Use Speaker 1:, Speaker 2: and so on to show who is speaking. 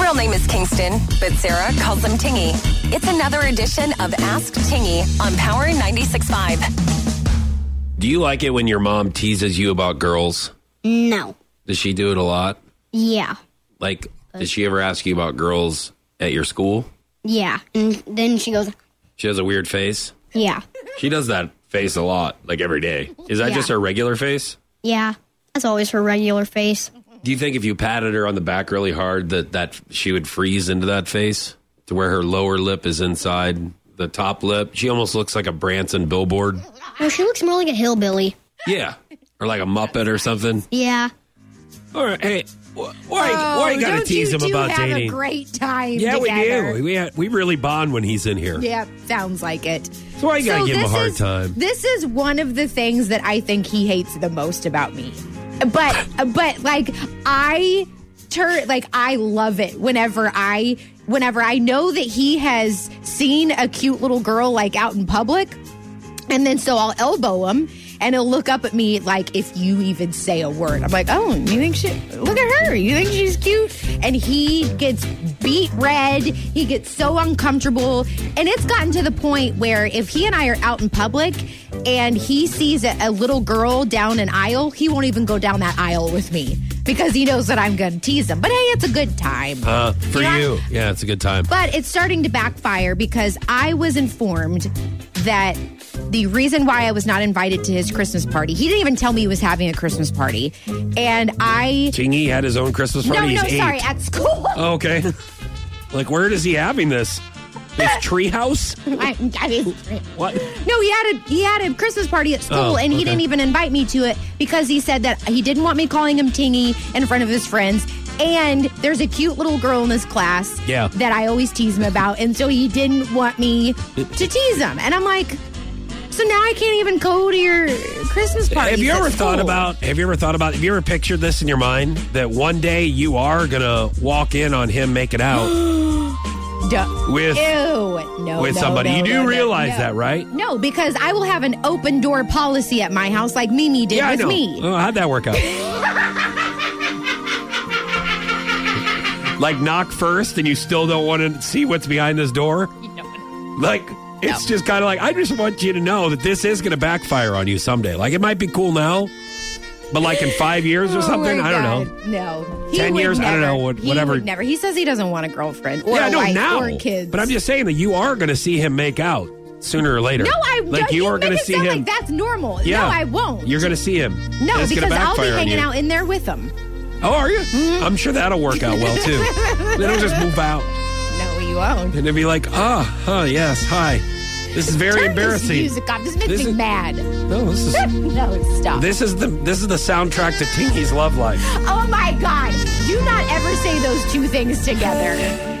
Speaker 1: real name is Kingston, but Sarah calls him Tingy. It's another edition of Ask Tingy on Power 96.5.
Speaker 2: Do you like it when your mom teases you about girls?
Speaker 3: No.
Speaker 2: Does she do it a lot?
Speaker 3: Yeah.
Speaker 2: Like, does she ever ask you about girls at your school?
Speaker 3: Yeah. And then she goes,
Speaker 2: She has a weird face.
Speaker 3: yeah.
Speaker 2: She does that face a lot, like every day. Is that
Speaker 3: Yeah.
Speaker 2: just her regular face?
Speaker 3: Yeah. That's always her regular face.
Speaker 2: Do you think if you patted her on the back really hard that that she would freeze into that face to where her lower lip is inside the top lip? She almost looks like a Branson billboard.
Speaker 3: Well, she looks more like a hillbilly.
Speaker 2: Yeah, or like a Muppet or something.
Speaker 3: Yeah.
Speaker 2: All right, hey, wh- why why you gotta
Speaker 4: Oh, don't
Speaker 2: tease
Speaker 4: you
Speaker 2: him
Speaker 4: two
Speaker 2: about
Speaker 4: have
Speaker 2: dating?
Speaker 4: a great time
Speaker 2: yeah,
Speaker 4: together.
Speaker 2: we do. We ha- we really bond when he's in here.
Speaker 4: Yeah, sounds like it.
Speaker 2: So why you gotta give him a
Speaker 4: this
Speaker 2: hard
Speaker 4: is-
Speaker 2: time?
Speaker 4: This is one of the things that I think he hates the most about me. But but like I turn like I love it whenever I whenever I know that he has seen a cute little girl like out in public and then so I'll elbow him and he'll look up at me like if you even say a word. I'm like, oh, you think she look at her. You think she's cute? And he gets beat red. He gets so uncomfortable. And it's gotten to the point where if he and I are out in public and he sees a, a little girl down an aisle, he won't even go down that aisle with me because he knows that I'm gonna tease him. But hey, it's a good time.
Speaker 2: Uh, for
Speaker 4: Yeah.
Speaker 2: you, yeah, it's a good time.
Speaker 4: But it's starting to backfire because I was informed that the reason why I was not invited to his Christmas party, he didn't even tell me he was having a Christmas party. And I.
Speaker 2: Tingy E had his own Christmas party. he's
Speaker 4: No, no,
Speaker 2: eight. Oh.
Speaker 4: sorry, at school.
Speaker 2: Okay, like where is he having this? His treehouse?
Speaker 4: I, I didn't-
Speaker 2: What?
Speaker 4: No, he had a he had a Christmas party at school,
Speaker 2: Oh,
Speaker 4: and he
Speaker 2: okay.
Speaker 4: didn't even invite me to it because he said that he didn't want me calling him Tingy in front of his friends. And there's a cute little girl in his class
Speaker 2: Yeah.
Speaker 4: that I always tease him about, and so he didn't want me to tease him. And I'm like, so now I can't even go to your Christmas party.
Speaker 2: Have you ever thought about? Have you ever thought about? Have you ever pictured this in your mind that one day you are gonna walk in on him making out? with-
Speaker 4: Ew, no,
Speaker 2: with
Speaker 4: no,
Speaker 2: somebody.
Speaker 4: no,
Speaker 2: You do
Speaker 4: no, no,
Speaker 2: realize
Speaker 4: no.
Speaker 2: that, right?
Speaker 4: No, because I will have an open door policy at my house, like Mimi did
Speaker 2: yeah, I
Speaker 4: with
Speaker 2: know.
Speaker 4: me.
Speaker 2: Oh, how'd that work out? like knock first, and you still don't want to see what's behind this door. Like it's just kind of like I just want you to know that this is gonna backfire on you someday. Like it might be cool now, but like in five years or
Speaker 4: Oh
Speaker 2: something,
Speaker 4: my
Speaker 2: I don't know.
Speaker 4: God, No, He
Speaker 2: 10
Speaker 4: would
Speaker 2: years? I don't
Speaker 4: never.
Speaker 2: know, what-
Speaker 4: He
Speaker 2: whatever.
Speaker 4: would never. He says he doesn't want a girlfriend or
Speaker 2: yeah,
Speaker 4: a
Speaker 2: no,
Speaker 4: wife
Speaker 2: now.
Speaker 4: or kids.
Speaker 2: But I'm just saying that you are going to see him make out sooner or later.
Speaker 4: no, I
Speaker 2: like you, are
Speaker 4: going to
Speaker 2: see
Speaker 4: sound
Speaker 2: him.
Speaker 4: Like that's normal.
Speaker 2: yeah,
Speaker 4: No, I won't.
Speaker 2: You're going to see him.
Speaker 4: no,
Speaker 2: It's gonna
Speaker 4: because I'll be
Speaker 2: backfire on
Speaker 4: hanging
Speaker 2: you.
Speaker 4: out in there with him.
Speaker 2: Oh, are you?
Speaker 4: Mm-hmm.
Speaker 2: I'm sure that'll work out well too. then he'll just move out
Speaker 4: No, you won't.
Speaker 2: and it'll be like, ah, huh, yes, hi. This is very
Speaker 4: Turn
Speaker 2: embarrassing.
Speaker 4: This music off. This makes
Speaker 2: This
Speaker 4: me
Speaker 2: is-
Speaker 4: mad.
Speaker 2: No, this is
Speaker 4: no, stop.
Speaker 2: this is the this is the soundtrack to Tingy's love life.
Speaker 4: oh my God! Do not ever say those two things together.